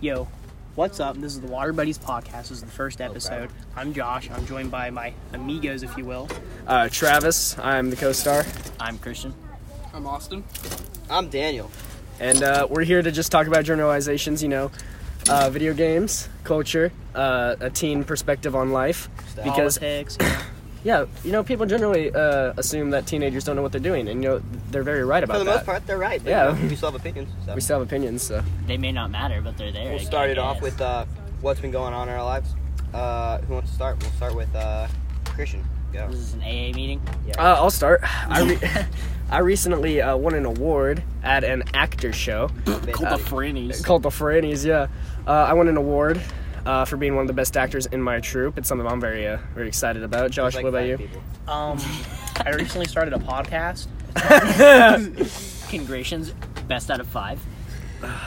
Yo, what's up? This is the Water Buddies podcast. This is the Oh, first episode. I'm Josh. I'm joined by my amigos, if you will. Uh, Travis, I'm the co-star, I'm Christian. I'm Austin. I'm Daniel. and uh, we're here to just talk about generalizations. You know, uh, video games, culture, uh, a teen perspective on life. Because Politics. you know. yeah, you know, people generally uh, assume that teenagers don't know what they're doing, and you know, they're very right For about the that. most part, they're right. but, Yeah. you know, we still have opinions. So. We still have opinions, so They may not matter, but they're there. We'll I start it off guess. with uh, what's been going on in our lives. Uh, who wants to start? We'll start with uh, Christian. Go. This is an AA meeting. uh, I'll start. I re- I recently uh, won an award at an actor show. Basically. Frannies. called the Ferranis, yeah. Uh, I won an award uh, for being one of the best actors in my troupe. It's something I'm very, uh, very excited about. Josh, There's like what five about you? people. Um, I recently started a podcast. Congratulations, best out of five.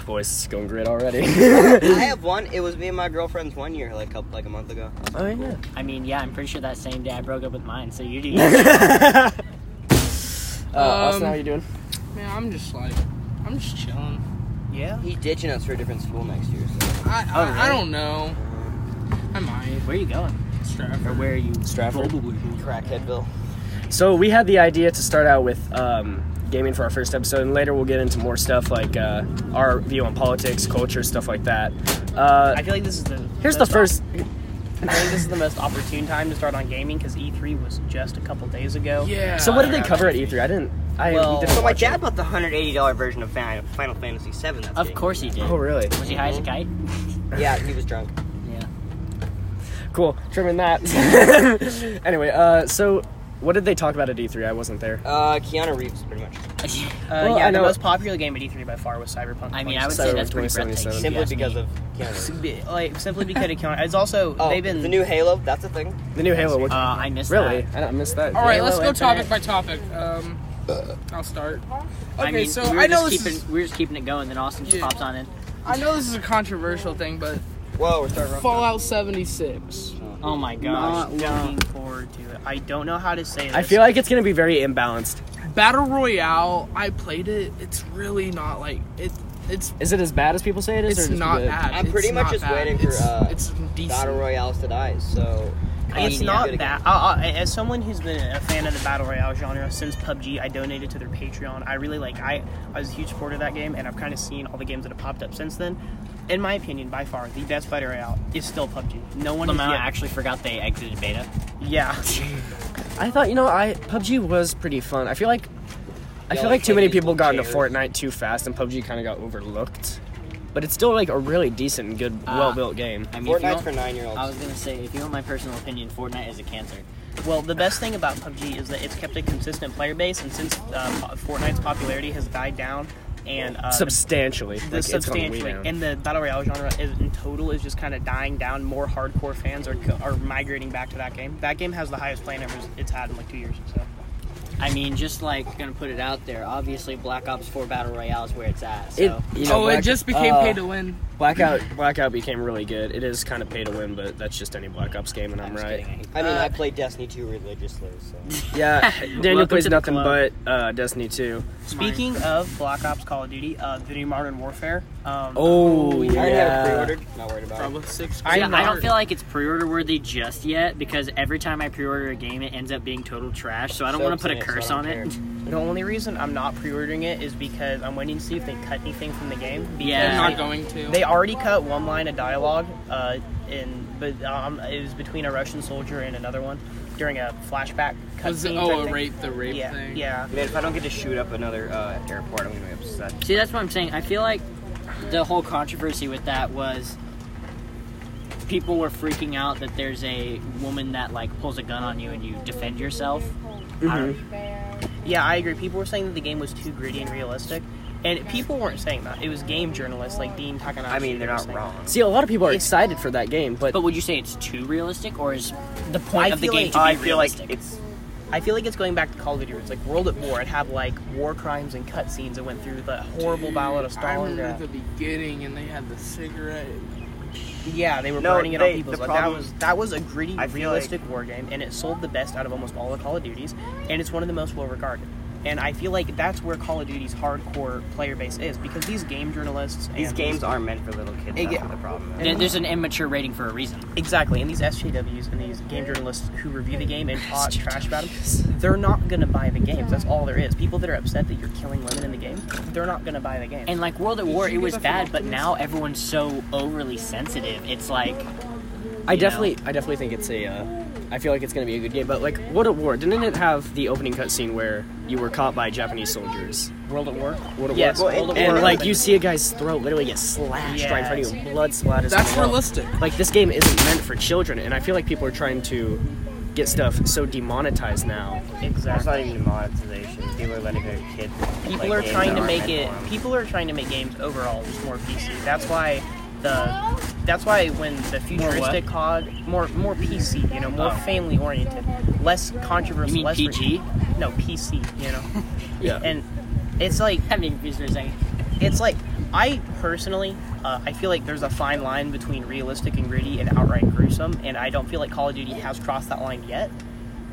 Voice is going great already. oh I have one. It was me and my girlfriend's one year, like couple, like a month ago. Oh, yeah. I mean, yeah, I'm pretty sure that same day I broke up with mine. So you do. uh, Austin, Um, how you doing? Man, I'm just like, I'm just chilling. Yeah. He's ditching us for a different school next year. So. I, I, Oh, really? I don't know. I might. Where are you going? Or Stratford. where are you? Stratford. Crackhead Bill. So we had the idea to start out with um, gaming for our first episode, and later we'll get into more stuff like uh, our view on politics, culture, stuff like that. Uh, I feel like this is the here's the most first. op- I think this is the most opportune time to start on gaming because E3 was just a couple days ago. Yeah. So what did they cover at E3? I didn't. I Well- didn't So my watch dad it. bought the hundred eighty dollar version of Final Final Fantasy VII. That's Of getting- course he did. Oh really? Was he high as a kite? Yeah, he was drunk. Yeah. cool trimming that anyway uh so what did they talk about at d3 i wasn't there Uh, Keanu Reeves, pretty much. Uh, Well, yeah. I know- The most popular game at E3 by far was Cyberpunk. I mean, I would Cyber say that's 2077. pretty Oh, breathtaking. if you Simply ask me. because of Keanu. Reeves. would. Like simply because it counted. It's also Oh, they've been the new Halo. That's a thing. the new halo what- Uh, I missed really that. i don't miss that All right, let's Halo go Infinite. topic by topic. Um, I'll start. Okay, I mean, so we were I know this just keeping, is, we we're just keeping it going. Then Austin just Yeah. pops on in. I know this is a controversial thing, but Whoa, we're starting off. Fallout 76. Uh-huh. Oh my gosh. not looking forward to it. I don't know how to say this. i feel like it's gonna be very imbalanced Battle Royale, I played it. It's really not like it. It's is it as bad as people say it is or it's just not good? bad. I'm pretty It's much not just bad. waiting for, It's- uh, it's decent. Battle Royales to die. So It's Yeah. not Good that. again. I, I, as someone who's been a fan of the battle royale genre since PUBG, I donated to their Patreon. I really like. I, I was a huge supporter of that game, and I've kind of seen all the games that have popped up since then. In my opinion, by far the best battle royale is still PUBG. No one has Lamont yet- actually forgot they exited beta. Yeah, i thought you know i pubg was pretty fun i feel like i Yeah, feel like like too many taking people got into chairs. fortnite too fast and pubg kind of got overlooked but it's still like a really decent and good Uh, well-built game I mean, if you Fortnite's want- for nine year olds. I was gonna say, if you want my personal opinion, Fortnite is a cancer. Well, the best thing about PUBG is that it's kept a consistent player base, and since uh, Fortnite's popularity has died down, and uh, the- substantially the like, it's gone way substantially down. and the battle royale genre is, in total is just kind of dying down more hardcore fans are, co- are migrating back to that game that game has the highest play numbers it's had in like two years so I mean, just like gonna put it out there. Obviously, Black Ops 4 Battle Royale is where it's at. So It- you know, oh, Black- it just became uh, pay to win. Blackout Blackout became really good. It is kind of pay to win, but that's just any Black Ops game, and I'm, I'm just right. kidding, I hate- I mean, Uh, I play Destiny 2 religiously, so. Yeah, Daniel Welcome plays to the nothing club. but uh, Destiny 2. speaking of black ops call of duty uh, the new modern warfare um, Oh I already have it yeah, pre-ordered. Not worried about it. Probably six. I Yeah, I'm I not- don't feel like it's pre-order worthy just yet because every time I pre-order a game, it ends up being total trash. So I don't So want to put a it's in it, so curse I on don't it. the only reason i'm not pre-ordering it is because i'm waiting to see if they cut anything from the game because Yeah. I'm I- not going to. they already cut one line of dialogue uh, in but um, it was between a russian soldier and another one during a flashback cut Was it- oh, a rape, the rape yeah thing. yeah Man, if I don't get to shoot up another uh, airport, I'm gonna be upset. See, that's what I'm saying. I feel like the whole controversy with that was people were freaking out that there's a woman that like pulls a gun on you and you defend yourself. Mm-hmm. I don't- Yeah, I agree. People were saying that the game was too gritty and realistic, and people weren't saying that. It was game journalists like Dean Takanashi. I mean, they're who were not saying wrong. See, a lot of people are excited for that game, but Oh, But would you say it's too realistic, or is the I point of the feel game like- to be Oh, I feel like realistic? it's that. I feel like it's going back to Call of Duty. Where it's like World at War. It had like war crimes and cutscenes. It went through the horrible ballad of I remember Stalingrad. the beginning, and they had the cigarette. Yeah, they were No, burning it they- on people. the Like that problem- was that was a gritty, I feel like- realistic war game, and it sold the best out of almost all the Call of Duties, and it's one of the most well regarded. And I feel like that's where Call of Duty's hardcore player base is because these game journalists, and These games aren't meant for little kids. Hey, That's yeah. what the problem is. There- There's an immature rating for a reason. exactly, and these SJWs and these game journalists who review the game and talk trash about them, they're not gonna buy the games. That's all there is. People that are upset that you're killing women in the game, they're not gonna buy the game. And like World at War, you it get was that from bad, but Optimus? now everyone's so overly sensitive. It's like I you definitely, I definitely think it's a. Uh, I feel like it's gonna be a good game, but like World at War, didn't it have the opening cutscene where you were caught by Japanese soldiers? World at War. World at Yes, War, World at and War. like you see a guy's throat literally get slashed right in front of you, blood splatters. That's on the wall. realistic. Like this game isn't meant for children, and I feel like people are trying to get stuff so demonetized now. That's Exactly. not even monetization. People are letting their kids. People play are games trying that to aren't make it. meant for 'em. People are trying to make games overall just more PC. That's why the. That's why when the what? Oh. futuristic COD more more PC, you know, more family oriented, less controversial. You mean less re- PG? no PC, you know, Yeah. and it's like I'm being confused for a second. it's like I personally, uh, I feel like there's a fine line between realistic and gritty and outright gruesome, and I don't feel like Call of Duty has crossed that line yet.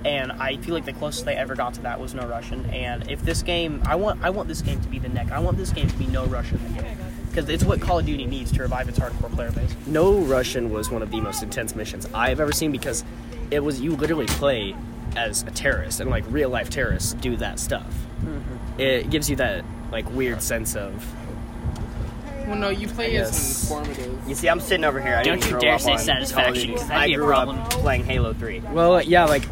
And I feel like the closest they ever got to that was No Russian. And if this game, I want, I want this game to be the neck. I want this game to be No Russian again, because it's what Call of Duty needs to revive its hardcore player base. No Russian was one of the most intense missions I've ever seen because it was you literally play as a terrorist and like real life terrorists do that stuff. It gives you that like weird sense of Well, no, you play Yes. as an informative. You see, I'm sitting over here. I Don't didn't you grow dare up say on Call of satisfaction, Duty. 'cause that'd I be a grew up problem. playing Halo 3. well, uh, yeah, like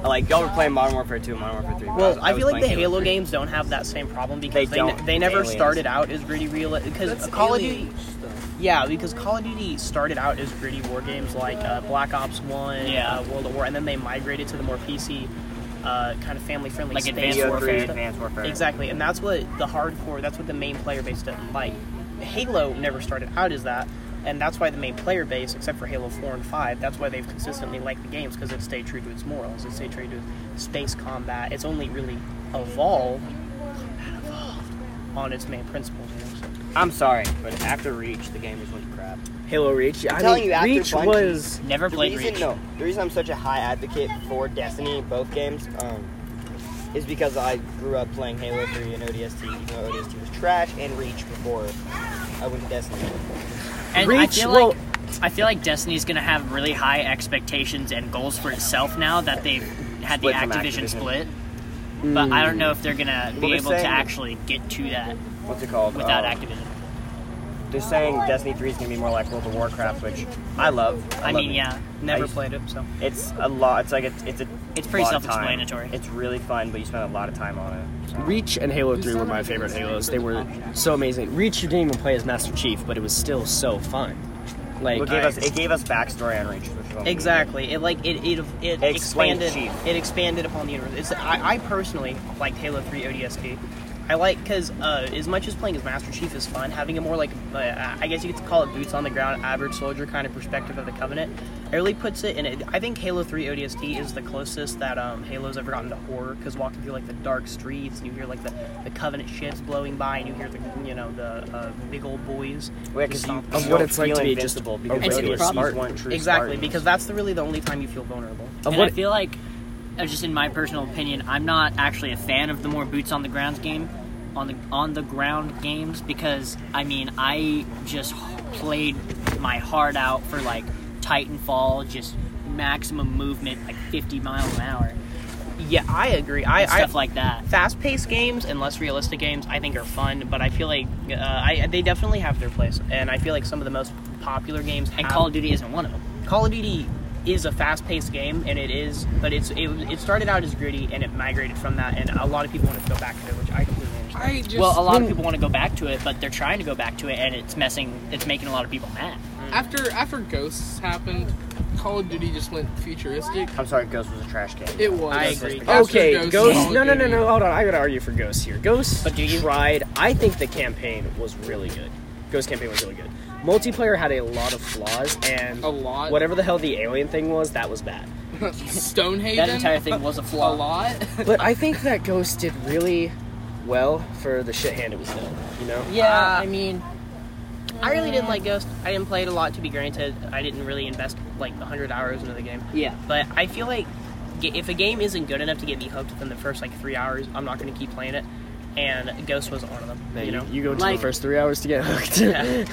Like y'all were playing Modern Warfare 2, Modern Warfare 3. Well, was- I, feel was like the playing Halo 3. games don't have that same problem because they They they, don't. they never Aliens. started out as gritty realistic. Because That's Call of alien Duty, stuff. Yeah, because Call of Duty started out as gritty war games like uh, Black Ops One, Yeah. uh, World at War, and then they migrated to the more PC, uh, kind of family-friendly, Like space Advanced war Halo 3, stuff. Advanced Warfare. Exactly, and that's what the hardcore. That's what the main player base didn't like. Halo never started out as that, and that's why the main player base, except for Halo Four and Five, that's why they've consistently liked the games because it stayed true to its morals. It stayed true to space combat. It's only really evolved, combat evolved on its main principles. You know, so. I'm sorry, but after Reach, the game just went to crap. Halo Reach. I'm telling you, after Reach Bungie- was Never The played reason, Reach. no, the reason I'm such a high advocate for Destiny, both games, um, is because I grew up playing Halo 3 and ODST, even though ODST was trash, and Reach before I went to Destiny. And I Reach, feel well- like I feel like Destiny's gonna have really high expectations and goals for itself now that they've had the Split from Activision. Activision, Mm. split. But I don't know if they're gonna Well, be they're able to saying- actually get to that What's it called? without Um, Activision. They're saying Destiny 3 is going to be more like World of Warcraft, which I love. I love mean, it. yeah. Never I- played it, so. It's a lot. It's like a, it's a. It's pretty lot of time. self-explanatory. It's really fun, but you spend a lot of time on it. Reach and Halo 3 were my favorite Halos. They were so amazing. Reach you didn't even play as Master Chief, but it was still so fun. Like It gave us it gave us backstory on Reach, which was Exactly. It like it it, it Explain expanded Chief. it expanded upon the universe. It's, I, I personally liked Halo Three ODST. I like because uh, as much as playing as Master Chief is fun, having a more like uh, I guess you could call it boots on the ground, average soldier kind of perspective of the Covenant. It really puts it in. It, I think Halo Three ODST is the closest that um, Halo's ever gotten to horror because walking through like the dark streets and you hear like the, the Covenant ships blowing by and you hear the you know the uh, big old boys. Yeah, just 'cause you, stomp- you Of don't what it's like feel to be just invincible a because regular regular Spartan. one true exactly Spartan. because that's the really the only time you feel vulnerable. of and what I feel like, uh, just in my personal opinion, I'm not actually a fan of the more boots on the ground game, on the on the ground games because I mean I just h- played my heart out for like Titanfall, just maximum movement, like 50 miles an hour, Yeah, I agree. I, and I stuff like that. fast-paced games and less realistic games. I think are fun, but I feel like uh, I, they definitely have their place. And I feel like some of the most popular games And have- Call of Duty isn't one of them. Call of Duty is a fast-paced game, and it is, but it's it, it started out as gritty and it migrated from that, and a lot of people want to go back to it, which I completely understand. I just well, a lot of people want to go back to it, but they're trying to go back to it, and it's messing. It's making a lot of people mad. after after Ghosts happened, Call of Duty just went futuristic. I'm sorry, Ghost was a trash game. It was. I agree. After Okay, Ghosts, Ghost. Call No, of no, no, Duty. no. Hold on. I gotta argue for Ghost here. Ghost But do you- tried. I think the campaign was really good. Ghost campaign was really good. Multiplayer had a lot of flaws and A lot. Whatever the hell the alien thing was, that was bad. Stonehaven. That entire thing was a a flaw. lot. But I think that Ghost did really well for the shit hand it was dealt. You know. Yeah, I mean, I really didn't like Ghost. I didn't play it a lot, to be granted. I didn't really invest like 100 hours into the game. yeah. but I feel like ga- if a game isn't good enough to get me hooked within the first like three hours, I'm not going to keep playing it. And Ghost was one of them. Man, you know, you go to Like- the first three hours to get hooked. Yeah.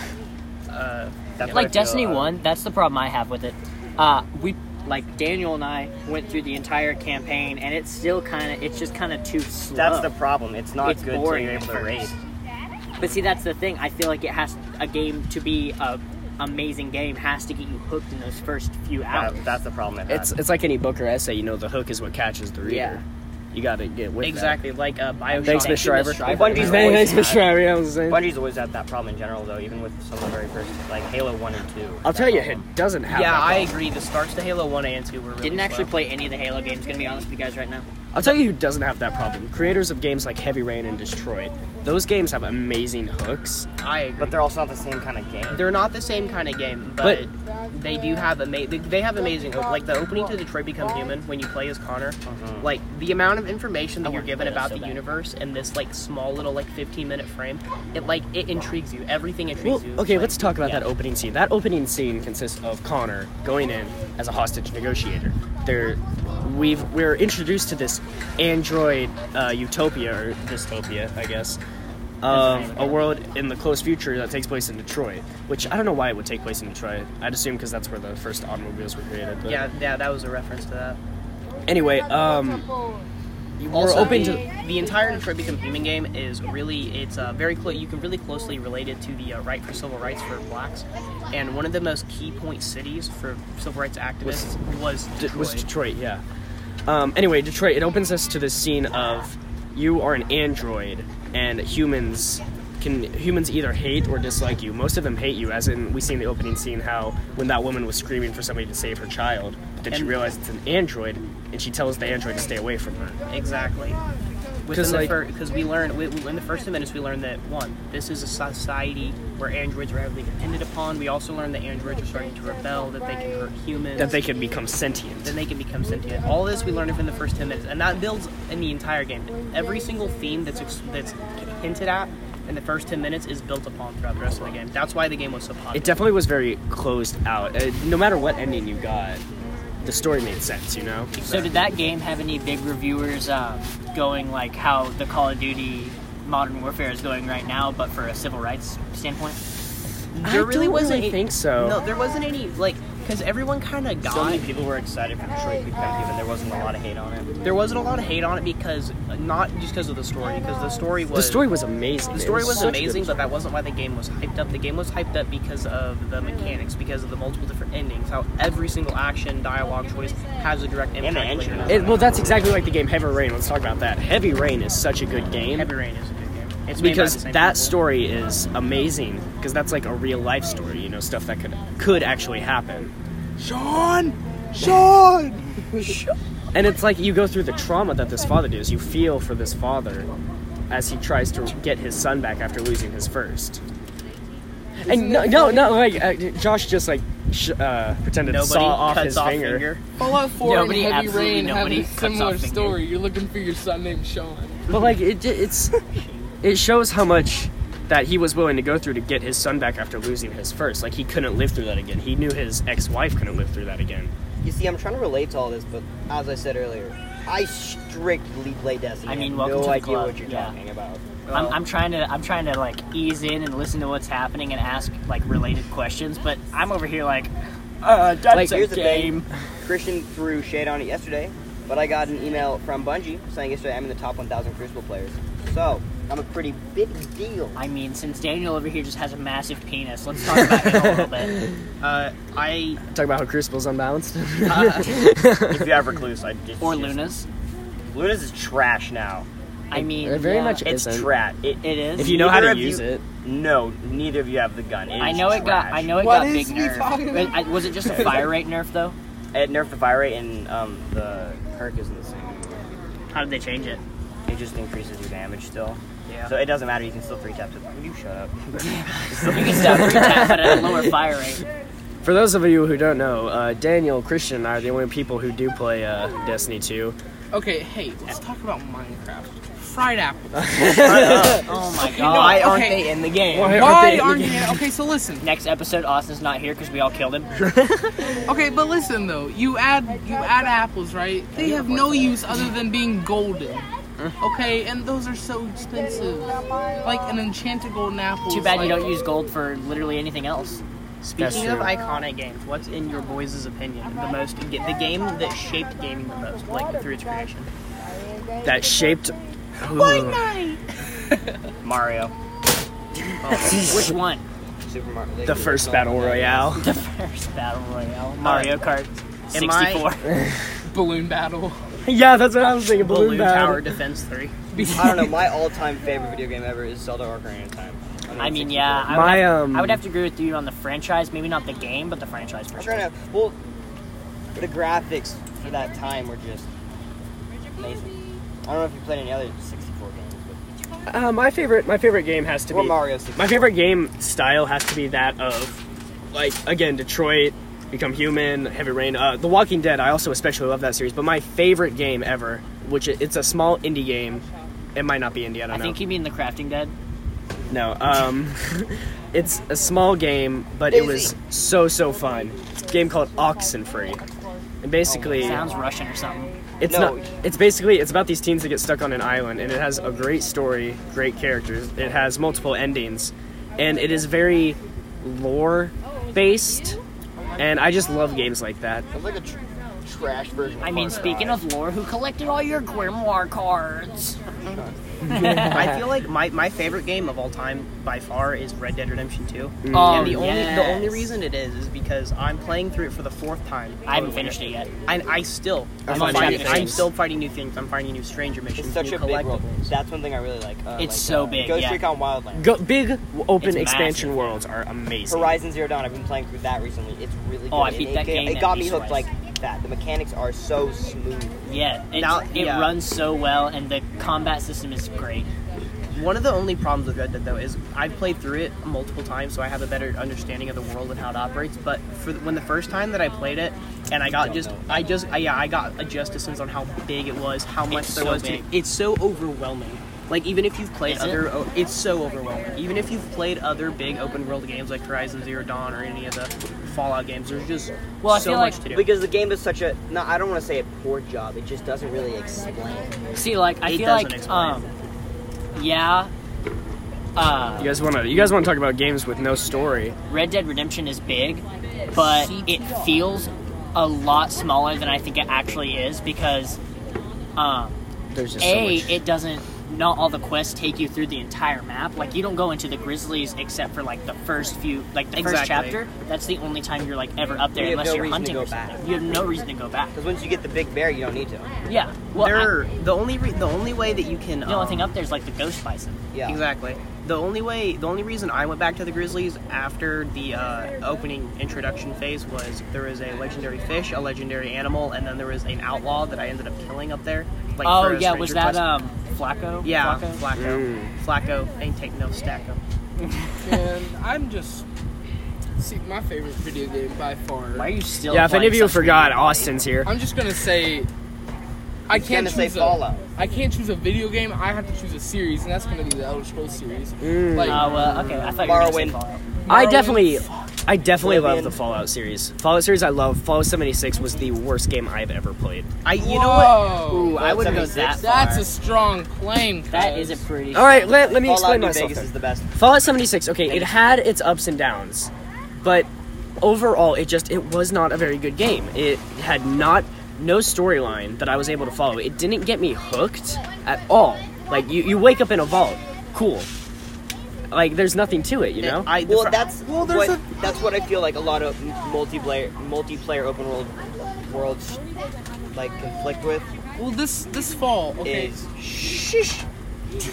uh, That's what I like feel, Destiny uh, One, that's the problem I have with it. Uh, we like Daniel and I went through the entire campaign, and it's still kind of it's just kind of too slow. That's the problem. It's not uh, It's good till boring you're at able to first. raid. but see that's the thing. I feel like it has a game to be a amazing game has to get you hooked in those first few hours. That- that's the problem. I've had. It's it's like any book or essay. You know, the hook is what catches the reader. Yeah. You gotta get with that. exactly like uh, Bioshock. Thanks, Miss Shriver. Bungie's always Thanks, Miss had- Shriver. I was saying. Bungie's always had that problem in general, though. Even with some of the very first, like Halo One and Two. I'll tell you, it doesn't have. Yeah, that I problem. agree. The starts to Halo One and Two were really Didn't actually slow. play any of the Halo games. Gonna be honest with you guys right now. I'll tell you who doesn't have that problem. Creators of games like Heavy Rain and Destroyed. Those games have amazing hooks. I agree. But they're also not the same kind of game. They're not the same kind of game, but, But- they do have ama- they, they have amazing op- like the opening to Detroit Become Human when you play as Connor. Uh-huh. Like the amount of information that I you're wanna given play that about so the bad. universe in this like small little like 15 minute frame, it like it intrigues you. Everything intrigues Well, you. okay, Like, let's talk about yeah. that opening scene. That opening scene consists of Connor going in as a hostage negotiator. There, we've we're introduced to this android uh, utopia or dystopia, I guess, of a world in the close future that takes place in Detroit. Which I don't know why it would take place in Detroit. I'd assume because that's where the first automobiles were created. But Yeah, yeah, that was a reference to that. Anyway, um, we're Also, open the, to. the entire Detroit Become Human game is really it's uh, very close. You can really closely relate it to the uh, right for civil rights for blacks, and one of the most key point cities for civil rights activists was D- Detroit. was Detroit, yeah. Um, anyway, Detroit. It opens us to this scene of you are an android, and humans can humans either hate or dislike you. Most of them hate you, as in we see in the opening scene how when that woman was screaming for somebody to save her child, that she And- realized it's an android, and she tells the android to stay away from her. Exactly. Because 'Cause, the like- because we learned we, we- in the first minutes we learned that one, this is a society where androids are heavily depended upon. We also learned that androids are starting to rebel, that they can hurt humans, That they can become sentient. then they can become sentient. All this we learned from the first ten minutes, and that builds in the entire game. Every single theme that's ex- that's hinted at in the first ten minutes is built upon throughout the rest of the game. That's why the game was so popular. It definitely was very closed out. Uh, no matter what ending you got, the story made sense. You know. So did that game have any big reviewers um, going like how the Call of Duty Modern Warfare is going right now, but for a civil rights standpoint? there I really don't wasn't. really a- think so. No, there wasn't any like because everyone kind of got. So many people were excited for Detroit Become Human. There wasn't a lot of hate on it. There wasn't a lot of hate on it because not just because of the story, because the story was The story was amazing. the It story was such a good amazing, but that wasn't why the game was hyped up. The game was hyped up because of the mechanics, because of the multiple different endings, how every single action dialogue choice has a direct the impact. later engine. on. It, well, that's exactly like the game Heavy Rain. Let's talk about that. Heavy Rain is such a good game Heavy Rain is a good game. It's made by the because same that people. story is amazing because that's like a real life story. You know, stuff that could could actually happen. Sean! Sean! And it's like you go through the trauma that this father does. You feel for this father as he tries to get his son back after losing his first. And no, no, no, like uh, Josh just like sh- uh, pretended Nobody to saw off cuts his off finger. Fallout 4 Nobody, and Heavy absolutely Rain have nobody a cuts similar off fingers. story. You're looking for your son named Sean. But like it, j- it's it shows how much that he was willing to go through to get his son back after losing his first. Like he couldn't live through that again. He knew his ex-wife couldn't live through that again. You see, I'm trying to relate to all this, but as I said earlier, I strictly play Destiny. I mean, have welcome no to the idea club. what you're Yeah. talking about. I'm, I'm trying to I'm trying to like ease in and listen to what's happening and ask like related questions, but I'm over here like, uh, that's Like, a here's the game. thing. Christian threw shade on it yesterday, but I got an email from Bungie saying yesterday I'm in the top 1,000 Crucible players. So I'm a pretty big deal. I mean, since Daniel over here just has a massive penis, let's talk about it a little bit. Uh, I Talk about how Crucible's unbalanced. if you have Recluse, I just Or Luna's. Luna's is trash now. I mean, it very yeah, much It's Isn't. trash. it is. if you know how Neither to of you- use it, No, neither of you have the gun. I know it got I know it What got is big he talking nerf. about? I- Was it just a fire rate nerf though? It nerfed the fire rate, and um, the perk isn't the same. anymore. how did they change it? It just increases your damage still. Yeah. So it doesn't matter. You can still three tap it. Will you shut up? You can stop three taps, but at a lower fire rate. for those of you who don't know, uh, Daniel, Christian, and I are the only people who do play uh, Destiny 2. Okay, hey, let's talk about Minecraft. fried apples. Oh my god. Why aren't okay. they in the game? Why- Why they- aren't you? Okay, so listen. Next episode, Austin's not here because we all killed him. Okay, but listen though. You add you add apples, right? They have no use other than being golden. Uh-huh. Okay, and those are so expensive. Like an enchanted golden apple. Too is bad you like- don't use gold for literally anything else. Speaking of true. iconic games, what's in your boys' opinion the most? The game that shaped gaming the most, like through its creation. that shaped. Mario. Oh, Which one? Super Mario. The first battle royale. The first battle royale. Mario Kart. am I- 64. balloon battle. yeah, that's what I was thinking. Balloon Battle. Tower Defense Three. I don't know. My all-time favorite video game ever is Zelda: Ocarina of Time. on I mean, 64. yeah. I would, My, have, um, I would have to agree with you on the franchise. Maybe not the game, but the franchise for sure. Ocarina. Well, the graphics for that time were just amazing. I don't know if you played any other 64 games, Uh, my favorite, my favorite game has to but or be Mario 64. My favorite game style has to be that of, like, again, Detroit, Become Human, Heavy Rain, uh, The Walking Dead. I also especially love that series. But my favorite game ever, which i- it's a small indie game. It might not be indie. I don't I know. think you mean the Crafting Dead. No, um, it's a small game, but it was so so fun. It's a game called Oxenfree, and basically, Oh, Sounds Russian or something. it's No. not. It's basically it's about these teens that get stuck on an island, and it has a great story, great characters. It has multiple endings, and it is very lore based. And I just love games like that. It's like a tr- trash version. I mean, speaking of lore, who collected all your grimoire cards? I feel like my, my favorite game of all time by far is Red Dead Redemption Two. Oh, and the only the only yes. reason it is is because I'm playing through it for the fourth time. I haven't finished it yet. And I still I'm, I'm on finding, chapter I'm six. still fighting new things. I'm finding new stranger missions, It's such new a big world. collectibles. That's one thing I really like. Uh, like, It's so uh, big, Ghost yeah. Recon Wildlands. Go, big open It's expansion massive. worlds are amazing. Horizon Zero Dawn. I've been playing through that recently. It's really. Oh, I good. And beat it, that ga- game It at got me least hooked twice. like that. The mechanics are so smooth. Yeah, it, Now- it yeah. runs so well, and the combat system is great. One of the only problems with Red Dead though is I played through it multiple times, so I have a better understanding of the world and how it operates. But for the, when the first time that I played it, and I got just, I just, I, yeah, I got a just a sense on how big it was, how much It's there so was. big. To, it's so overwhelming. Like even if you've played Is it? other, o- it's so overwhelming. Even if you've played other big open world games like Horizon Zero Dawn or any of the Fallout games, there's just Well, I so feel much like- to do. Because the game is such a. No, I don't want to say a poor job. It just doesn't really explain. See, like I It feel doesn't like, explain. um, yeah, uh, You guys want to? You guys want to talk about games with no story? Red Dead Redemption is big, but it feels a lot smaller than I think it actually is because, um, There's just so a much. it doesn't. Not all the quests take you through the entire map. Like you don't go into the Grizzlies except for like the first few, like the first Exactly. chapter. That's the only time you're like ever up there You have unless no you're reason to hunting go or something. back. You have no reason to go back. Because once you get the big bear, you don't need to. Yeah. Well, I- there, the only re- the only way that you can the only um, thing up there is like the ghost bison. Yeah. Exactly. The only way, the only reason I went back to the Grizzlies after the uh, opening introduction phase was there was a legendary fish, a legendary animal, and then there was an outlaw that I ended up killing up there. Like, oh for a yeah, was stranger that quest. um Flacco? Yeah, Flacco? Flacco. Mm. Flacco ain't take no stacko. And I'm just see my favorite video game by far. Why are you still? Yeah, if any playing of you such- forgot, Austin's here. I'm just gonna say. I He's can't gonna say choose Fallout. a, I can't choose a video game. I have to choose a series, and that's gonna be the Elder Scrolls series. Mm. Like, Oh Uh, well, okay. I thought you were gonna say Morrowind. Fallout. I Morrowind, definitely, I definitely love Oblivion. the Fallout series. Fallout series, I love. Fallout 76 was the worst game I've ever played. I, you Whoa. know what? Ooh, I Fallout wouldn't go that 76? That's far. a strong claim. That cuz. is a pretty. All right, let, let me Fallout explain New myself. Vegas then. is the best. Fallout 76. Okay, it had its ups and downs, but overall, it just it was not a very good game. It had not no storyline that I was able to follow. It didn't get me hooked at all. Like you, you wake up in a vault, cool. Like there's nothing to it, you know. I, the fr- Well, that's Well, there's what, a- that's what I feel like a lot of m- multiplayer multiplayer open world worlds like conflict with Well, this this fall, okay. is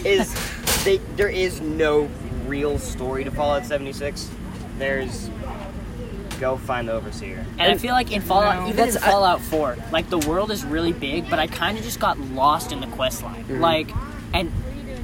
is they there is no real story to Fallout 76. There's go find the overseer. And I feel like in No. Fallout, even That's- in I- Fallout 4, like the world is really big, but I kind of just got lost in the quest line. Like, and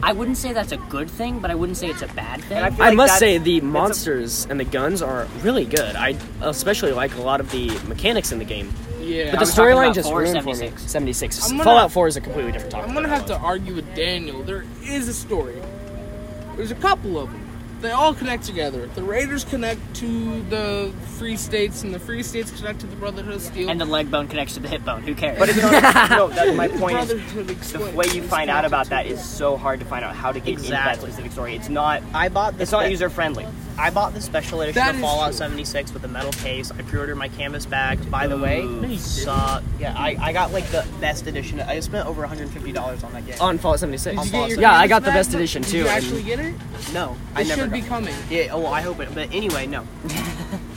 I wouldn't say that's a good thing, but I wouldn't say it's a bad thing. And I feel I like that's- must say the that's a- monsters and the guns are really good. I especially like a lot of the mechanics in the game. Yeah. But the was talking storyline about just four, ruined for me. 76. 76. I'm gonna- Fallout 4 is a completely different topic. I'm gonna have to argue with Daniel. There is a story. There's a couple of them. They all connect together. The Raiders connect to the Free States, and the Free States connect to the Brotherhood of Steel. And the leg bone connects to the hip bone. Who cares? But it's not. no, that, my point is Brotherhood the explains- way you find out about that is so hard to find out how to get into Exactly. that specific story. It's not. I bought the It's not spe- user friendly. I bought the special edition That of is Fallout true. 76 with a metal case. I pre-ordered my canvas bag. By the way, you suck. Yeah, I, I got like the best edition. I spent over 150 dollars on that game. on Fallout 76. Did you get your yeah, I Canvas got the back? best edition Did too. you and- actually get it? no, I It never. got- should be coming. Yeah, oh, I hope it. But anyway, no.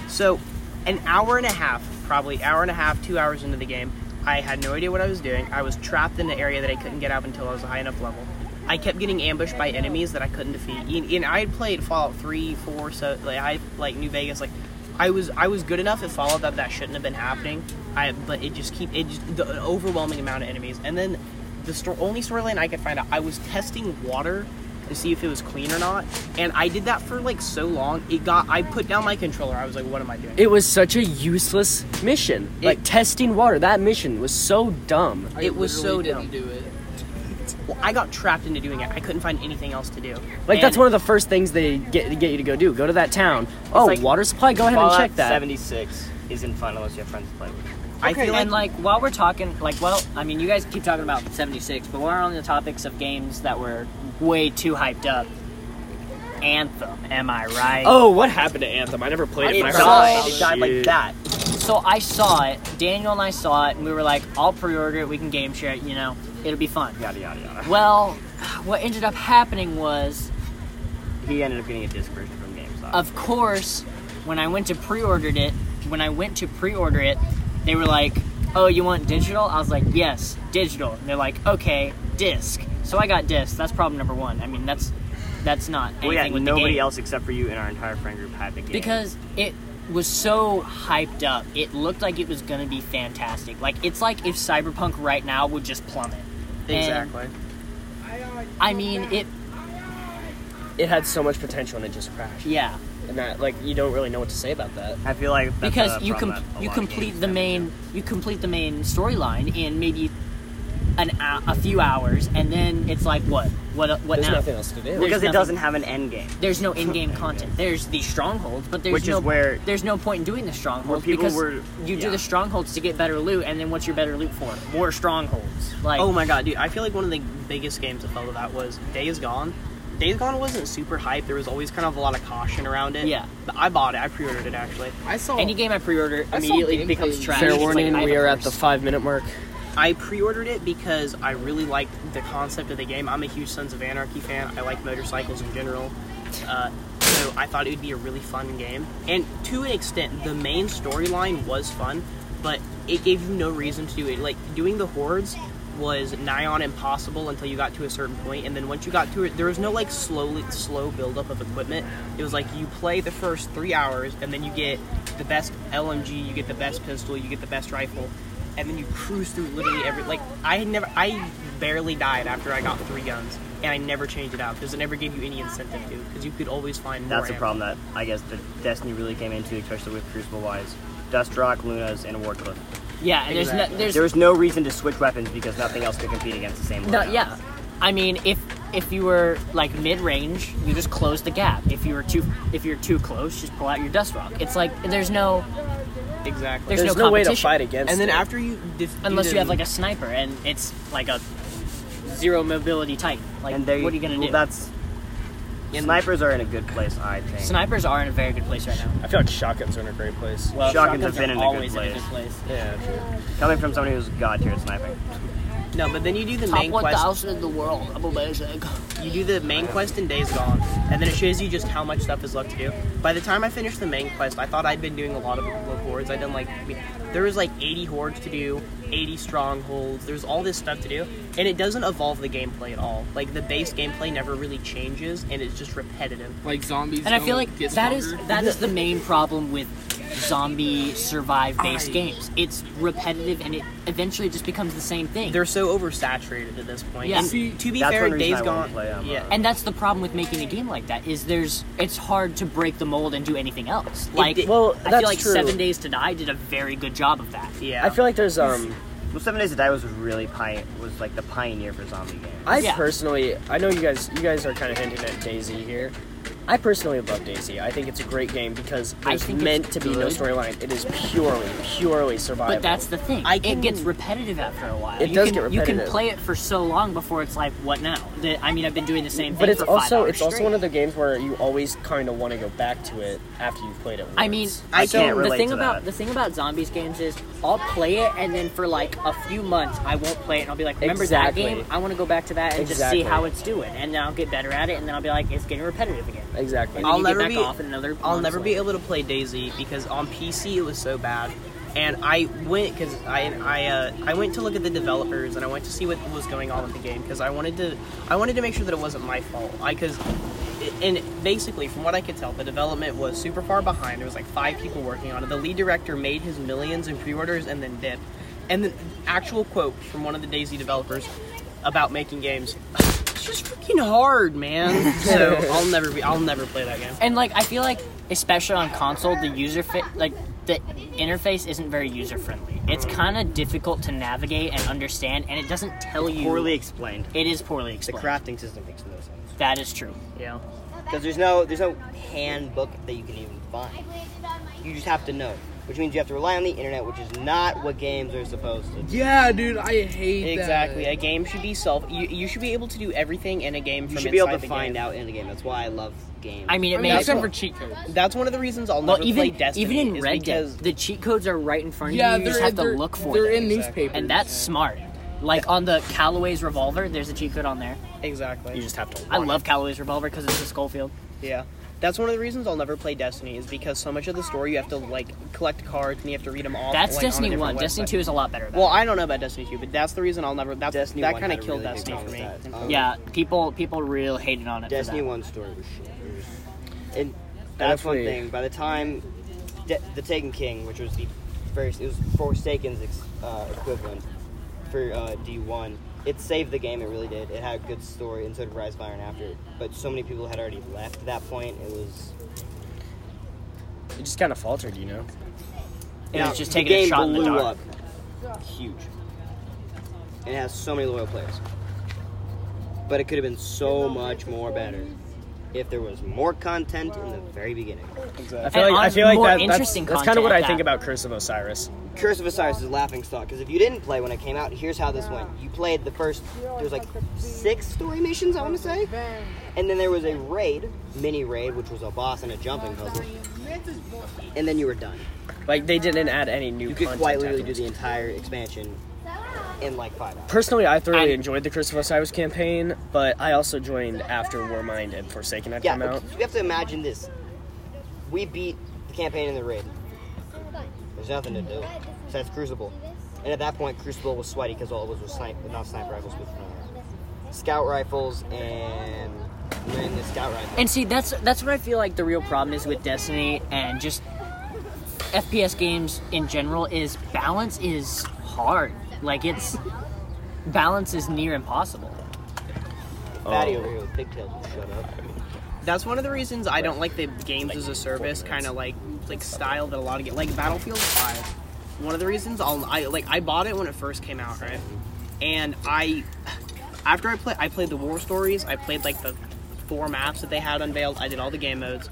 so, an hour and a half, probably hour and a half, two hours into the game, I had no idea what I was doing. I was trapped in an area that I couldn't get out until I was a high enough level. I kept getting ambushed by enemies that I couldn't defeat. And, and I had played Fallout 3, 4, so like I like New Vegas, like I was I was good enough at Fallout that that shouldn't have been happening. I but it just keep it just, the overwhelming amount of enemies. And then the sto- only storyline I could find out, I was testing water to see if it was clean or not. And I did that for like so long. It got I put down my controller. I was like, what am I doing? It was such a useless mission. like It- testing water. That mission was so dumb. I It was literally so dumb. didn't do it. Well, I got trapped into doing it. I couldn't find anything else to do. Like that's And one of the first things they get get you to go do. Go to that town. Oh, like water supply. Go ahead and Fallout check that. 76 isn't fun unless you have friends to play with. I feel like and like while we're talking, like well, I mean, you guys keep talking about '76, but we're on the topics of games that were way too hyped up. Anthem, am I right? Oh, what happened to Anthem? I never played it. It I it heard died. about It died like Shit. that. So I saw it. Daniel and I saw it, and we were like, "I'll pre-order it. We can game share it. You know, it'll be fun." Yada yada yada. Well, what ended up happening was He ended up getting a disc version from GameStop. of course, when I went to pre-ordered it, when I went to pre-order it, they were like, "Oh, you want digital?" I was like, "Yes, digital." And they're like, "Okay, disc." So I got disc. That's problem number one. I mean, that's that's not anything we had with the nobody game. else except for you in our entire friend group had the game. because it was so hyped up. It looked like it was gonna be fantastic. Like it's like if Cyberpunk right now would just plummet. And, Exactly. I mean, it. It had so much potential and it just crashed. Yeah. And that like you don't really know what to say about that. I feel like that's because a you problem com- that a you lot of complete games the have. main you complete the main storyline in maybe an hou- a few hours, and then it's like what what uh, what There's now? nothing else to do. Well, because there's it doesn't have an end game. There's no in-game content. There's the strongholds, but there's Which is no where- there's no point in doing the strongholds people because were- you yeah. do the strongholds to get better loot, and then what's your better loot for? More strongholds. Like Oh my god, dude! I feel like one of the biggest games that fell to that was Days Gone. Days Gone wasn't super hype. There was always kind of a lot of caution around it. Yeah. But I bought it. I pre-ordered it actually. I saw Oh. any game I pre-order I saw immediately gameplay becomes trash. Fair It's like, warning, I have we a are at curse. the five minute mark. I pre-ordered it because I really liked the concept of the game. I'm a huge Sons of Anarchy fan. I like motorcycles in general, uh, so I thought it would be a really fun game. And to an extent, the main storyline was fun, but it gave you no reason to do it. Like doing the hordes was nigh on impossible until you got to a certain point, and then once you got to it, there was no like slowly slow buildup of equipment. It was like you play the first three hours, and then you get the best LMG, you get the best pistol, you get the best rifle and then you cruise through literally every like I had never I barely died after I got three guns and I never changed it out because it never gave you any incentive to because you could always find more That's a ammo. problem that I guess that Destiny really came into, especially with Crucible wise. Dustrock, Luna's, and Warcliffe. yeah. And there's Exactly. no, there's There was no reason to switch weapons because nothing else could compete against the same. No, loadout. yeah. I mean, if if you were like mid range, you just close the gap. If you were too if you're too close, just pull out your dust rock. It's like there's no exactly there's, There's no, no way to competition. fight against and then it. after you def- unless you did- have like a sniper and it's like a zero mobility type. Like And they, what are you gonna well, do? That's snipers are in a good place, I think. Snipers are in a very good place right now. I feel like shotguns are in a great place. Well, Shotguns shotguns, have been are in a good always in a place. good place. yeah, true. Coming from somebody who's god tier at sniping. no but then you do the Top main quest 1,000 in the world. I'm amazing. you do the main quest in Days Gone, and then it shows you just how much stuff is left to do. By the time I finished the main quest, I thought I'd been doing a lot of of hordes. I'd done like I mean, there was like 80 hordes to do, 80 strongholds. There's all this stuff to do, and it doesn't evolve the gameplay at all. Like the base gameplay never really changes, and it's just repetitive. like zombies. And I don't feel like get that is stronger. that is the main problem with zombie survive based games. It's repetitive and it eventually just becomes the same thing. They're so oversaturated at this point. Yeah. And See, to be that's fair, one reason Days I wanna Gone. play, um, yeah. uh, and that's the problem with making a game like that is there's it's hard to break the mold and do anything else. Like did- well, I that's feel like true. Seven Days to Die did a very good job of that. yeah. I feel like there's um. Well, Seven Days to Die was really pi- was like the pioneer for zombie games. I Yeah. personally, I know you guys, you guys are kind of hinting at Daisy here. I personally love Daisy. I think it's a great game because I there's think it's meant to be no good. storyline. It is purely, purely survival. But that's the thing. I it can- gets repetitive after a while. It you does can, get You can repetitive. play it for so long before it's like, what now? The, I mean, I've been doing the same thing. But it's for five also hours it's also straight. one of the games where you always kind of want to go back to it after you've played it. Once. I mean, I so can't relate the thing to about that. the thing about zombies games is I'll play it and then for like a few months I won't play it and I'll be like, remember Exactly. that game? I want to go back to that and Exactly. just see how it's doing, and then I'll get better at it, and then I'll be like, it's getting repetitive again. exactly. And then I'll you get never back be- off in another. I'll months never be later. able to play Daisy because on PC it was so bad, and I went because I I uh, I went to look at the developers and I went to see what was going on with the game because I wanted to I wanted to make sure that it wasn't my fault. I because and basically from what I could tell, the development was super far behind. There was like five people working on it. The lead director made his millions in pre-orders and then dipped. And the actual quote from one of the Daisy developers about making games. It's just freaking hard, man. So I'll never be. I'll never play that game. And like I feel like especially on console, the user fit like the interface isn't very user friendly. It's kind of difficult to navigate and understand, and it doesn't tell you. Poorly explained. It is poorly The explained. crafting system makes no sense That is true. Yeah. because there's no there's no handbook that you can even find. You just have to know, which means you have to rely on the internet, which is not what games are supposed to. do. Yeah, dude, I hate Exactly. that. A game should be self. You, you should be able to do everything in a game from You should be able inside to the find game. out in the game. That's why I love games. I mean, it I mean, makes except for cheat codes. That's one of the reasons I'll well never play even Destiny. even in is Red Dead, because the cheat codes are right in front of Yeah, you. You just they're- have to they're- look for They're them. in newspapers, and that's smart. Like on the Callaway's revolver, there's a cheat code on there. exactly. you just have to. I want love Callaway's revolver because it's a Schofield. Yeah. That's one of the reasons I'll never play Destiny is because so much of the story you have to like collect cards and you have to read them off. That's Oh, like, on a Destiny different One. Destiny website. Two is a lot better. About Well, it. I don't know about Destiny two, but that's the reason I'll never. That's, Destiny that 1 kind of had a killed really big Destiny problem for me. with that. Um, Uh, yeah, people people real hated on it. for Destiny that. One story was shit. It was- And that's one Definitely. thing. By the time De- the Taken King, which was the first, it was Forsaken's ex- uh, equivalent for uh, D one. It saved the game. It really did. It had a good story, and so did Rise of Iron after. it. But so many people had already left at that point. It was It just kind of faltered, you know. It Now, was just the taking a game shot in the blew dark. up huge. And it has so many loyal players. But it could have been so much more better if there was more content in the very beginning. I feel like And I on feel like more that, that's, interesting that's kind of what content I think that- about Curse of Osiris. Curse of Osiris is a laughing stock because if you didn't play when it came out, here's how this went. You played the first, there was like six story missions, I want to say, and then there was a raid, mini raid, which was a boss and a jumping puzzle, and then you were done. Like they didn't add any new. You could content quite literally do afterwards. the entire expansion in like five hours. Personally, I thoroughly I- enjoyed the Curse of Osiris campaign, but I also joined after Warmind and Forsaken had Yeah, come out. but you have to imagine this. We beat the campaign in the raid. There's nothing to do besides Crucible. And at that point, Crucible was sweaty because all it was was snipe, not sniper rifles, but uh, scout rifles and then the scout rifles. And see, that's that's what I feel like the real problem is with Destiny and just FPS games in general is balance is hard. Like it's balance is near impossible. Oh. Fatty over here with pigtails will shut up. That's one of the reasons I don't like the games as a service kind of like like style that a lot of get like Battlefield Five. One of the reasons I'll I like I bought it when it first came out, right? And I after I played I played the war stories, I played like the four maps that they had unveiled. I did all the game modes,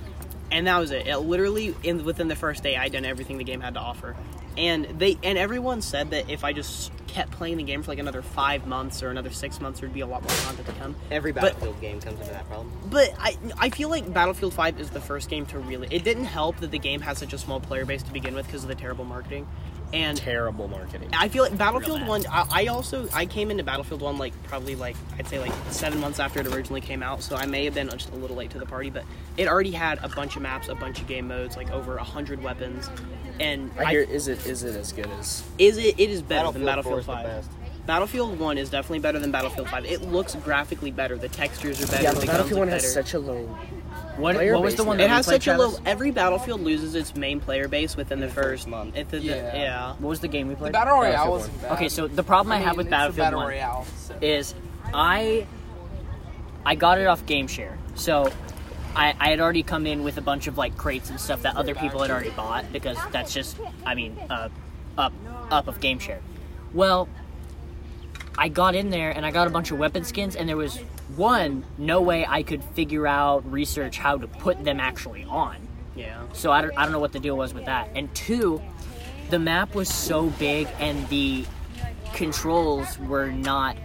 and that was it. It literally in within the first day, I done everything the game had to offer. And they and everyone said that if I just kept playing the game for like another five months or another six months, there'd be a lot more content to come. Every But- Battlefield game comes into that problem. but I, I feel like Battlefield 5 is the first game to really. It didn't help that the game has such a small player base to begin with because of the terrible marketing. And Terrible marketing. I feel like Battlefield 1, I, I also. I came into Battlefield 1 like probably like, I'd say like seven months after it originally came out, so I may have been just a little late to the party, but it already had a bunch of maps, a bunch of game modes, like over 100 weapons. And I hear is it is it as good as is it it is better than Battlefield Battlefield 4 is the 5. best. Battlefield 1 is definitely better than Battlefield 5. It looks graphically better. The textures are better. yeah? the But guns Battlefield are One better. has such a low What, Player what was the base one now. that It we has played, such a Travis? little- Every battlefield loses its main player base within the first month. It, the, the- Yeah. yeah. What was the game we The played? battle royale Battlefield wasn't bad. Okay, so the problem I, mean, have with it's a Battlefield battle 1 royale. So. is I I got it off GameShare. So I, I had already come in with a bunch of like crates and stuff that other people had already bought because that's just I mean uh, up up of GameShare. Well, I got in there and I got a bunch of weapon skins and there was one no way I could figure out research how to put them actually on. Yeah. So I don't, I don't know what the deal was with that. And two, the map was so big and the controls were not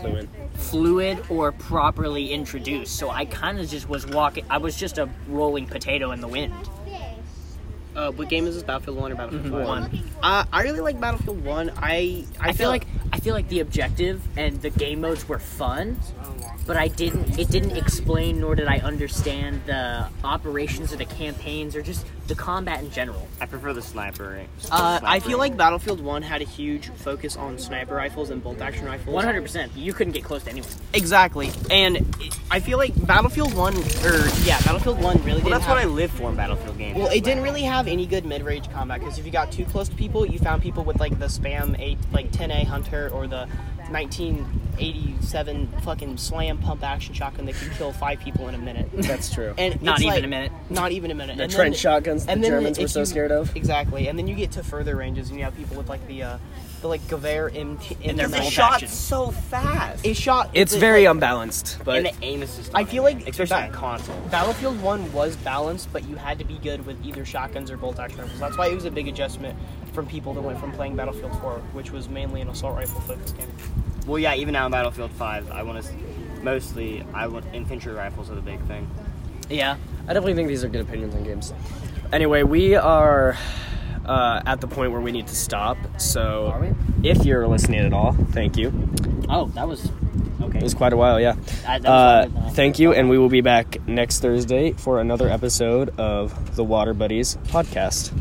Fluent. fluid or properly introduced. So I kind of just was walking, I was just a rolling potato in the wind. Uh, what game is this? Battlefield One or Battlefield Mhm. One? Uh, I really like Battlefield One. I I, I feel like I feel like the objective and the game modes were fun, but I didn't it didn't explain nor did I understand the operations or the campaigns or just the combat in general. I prefer the sniper. eh? uh, I Sniper. feel like Battlefield One had a huge focus on sniper rifles and bolt action rifles. 100%. You couldn't get close to anyone. Exactly, and it- I feel like Battlefield One or yeah, Battlefield One really. Well, didn't that's what I have- live for in Battlefield games. Well, it didn't really have any good mid-range combat because if you got too close to people, you found people with like the spam eight, like 10A Hunter or the 1987 fucking slam pump action shotgun that could kill five people in a minute. That's true. And Not it's even like- a minute. Not even a minute. the And then- trench shotguns that and the then Germans were if so you- scared of. Exactly, and then you get to further ranges and you have people with like the uh, the like Gewehr MT, and their it bolt shot action. so fast. It shot. It's it- very like, unbalanced, but and the aim assist. I feel like especially that- on console. Battlefield 1 was balanced, but you had to be good with either shotguns or bolt action rifles. That's why it was a big adjustment from people that went from playing Battlefield 4, which was mainly an assault rifle focused game. Well, yeah, even now in Battlefield 5, I want to mostly I want infantry rifles are the big thing. Yeah. I definitely think these are good opinions on games. Anyway, we are uh, at the point where we need to stop. So, Are we? if you're listening at all, thank you. Oh, that was okay. It was quite a while, yeah. I- that was Uh, longer than I- thank you, and we will be back next Thursday for another episode of the Water Buddies podcast.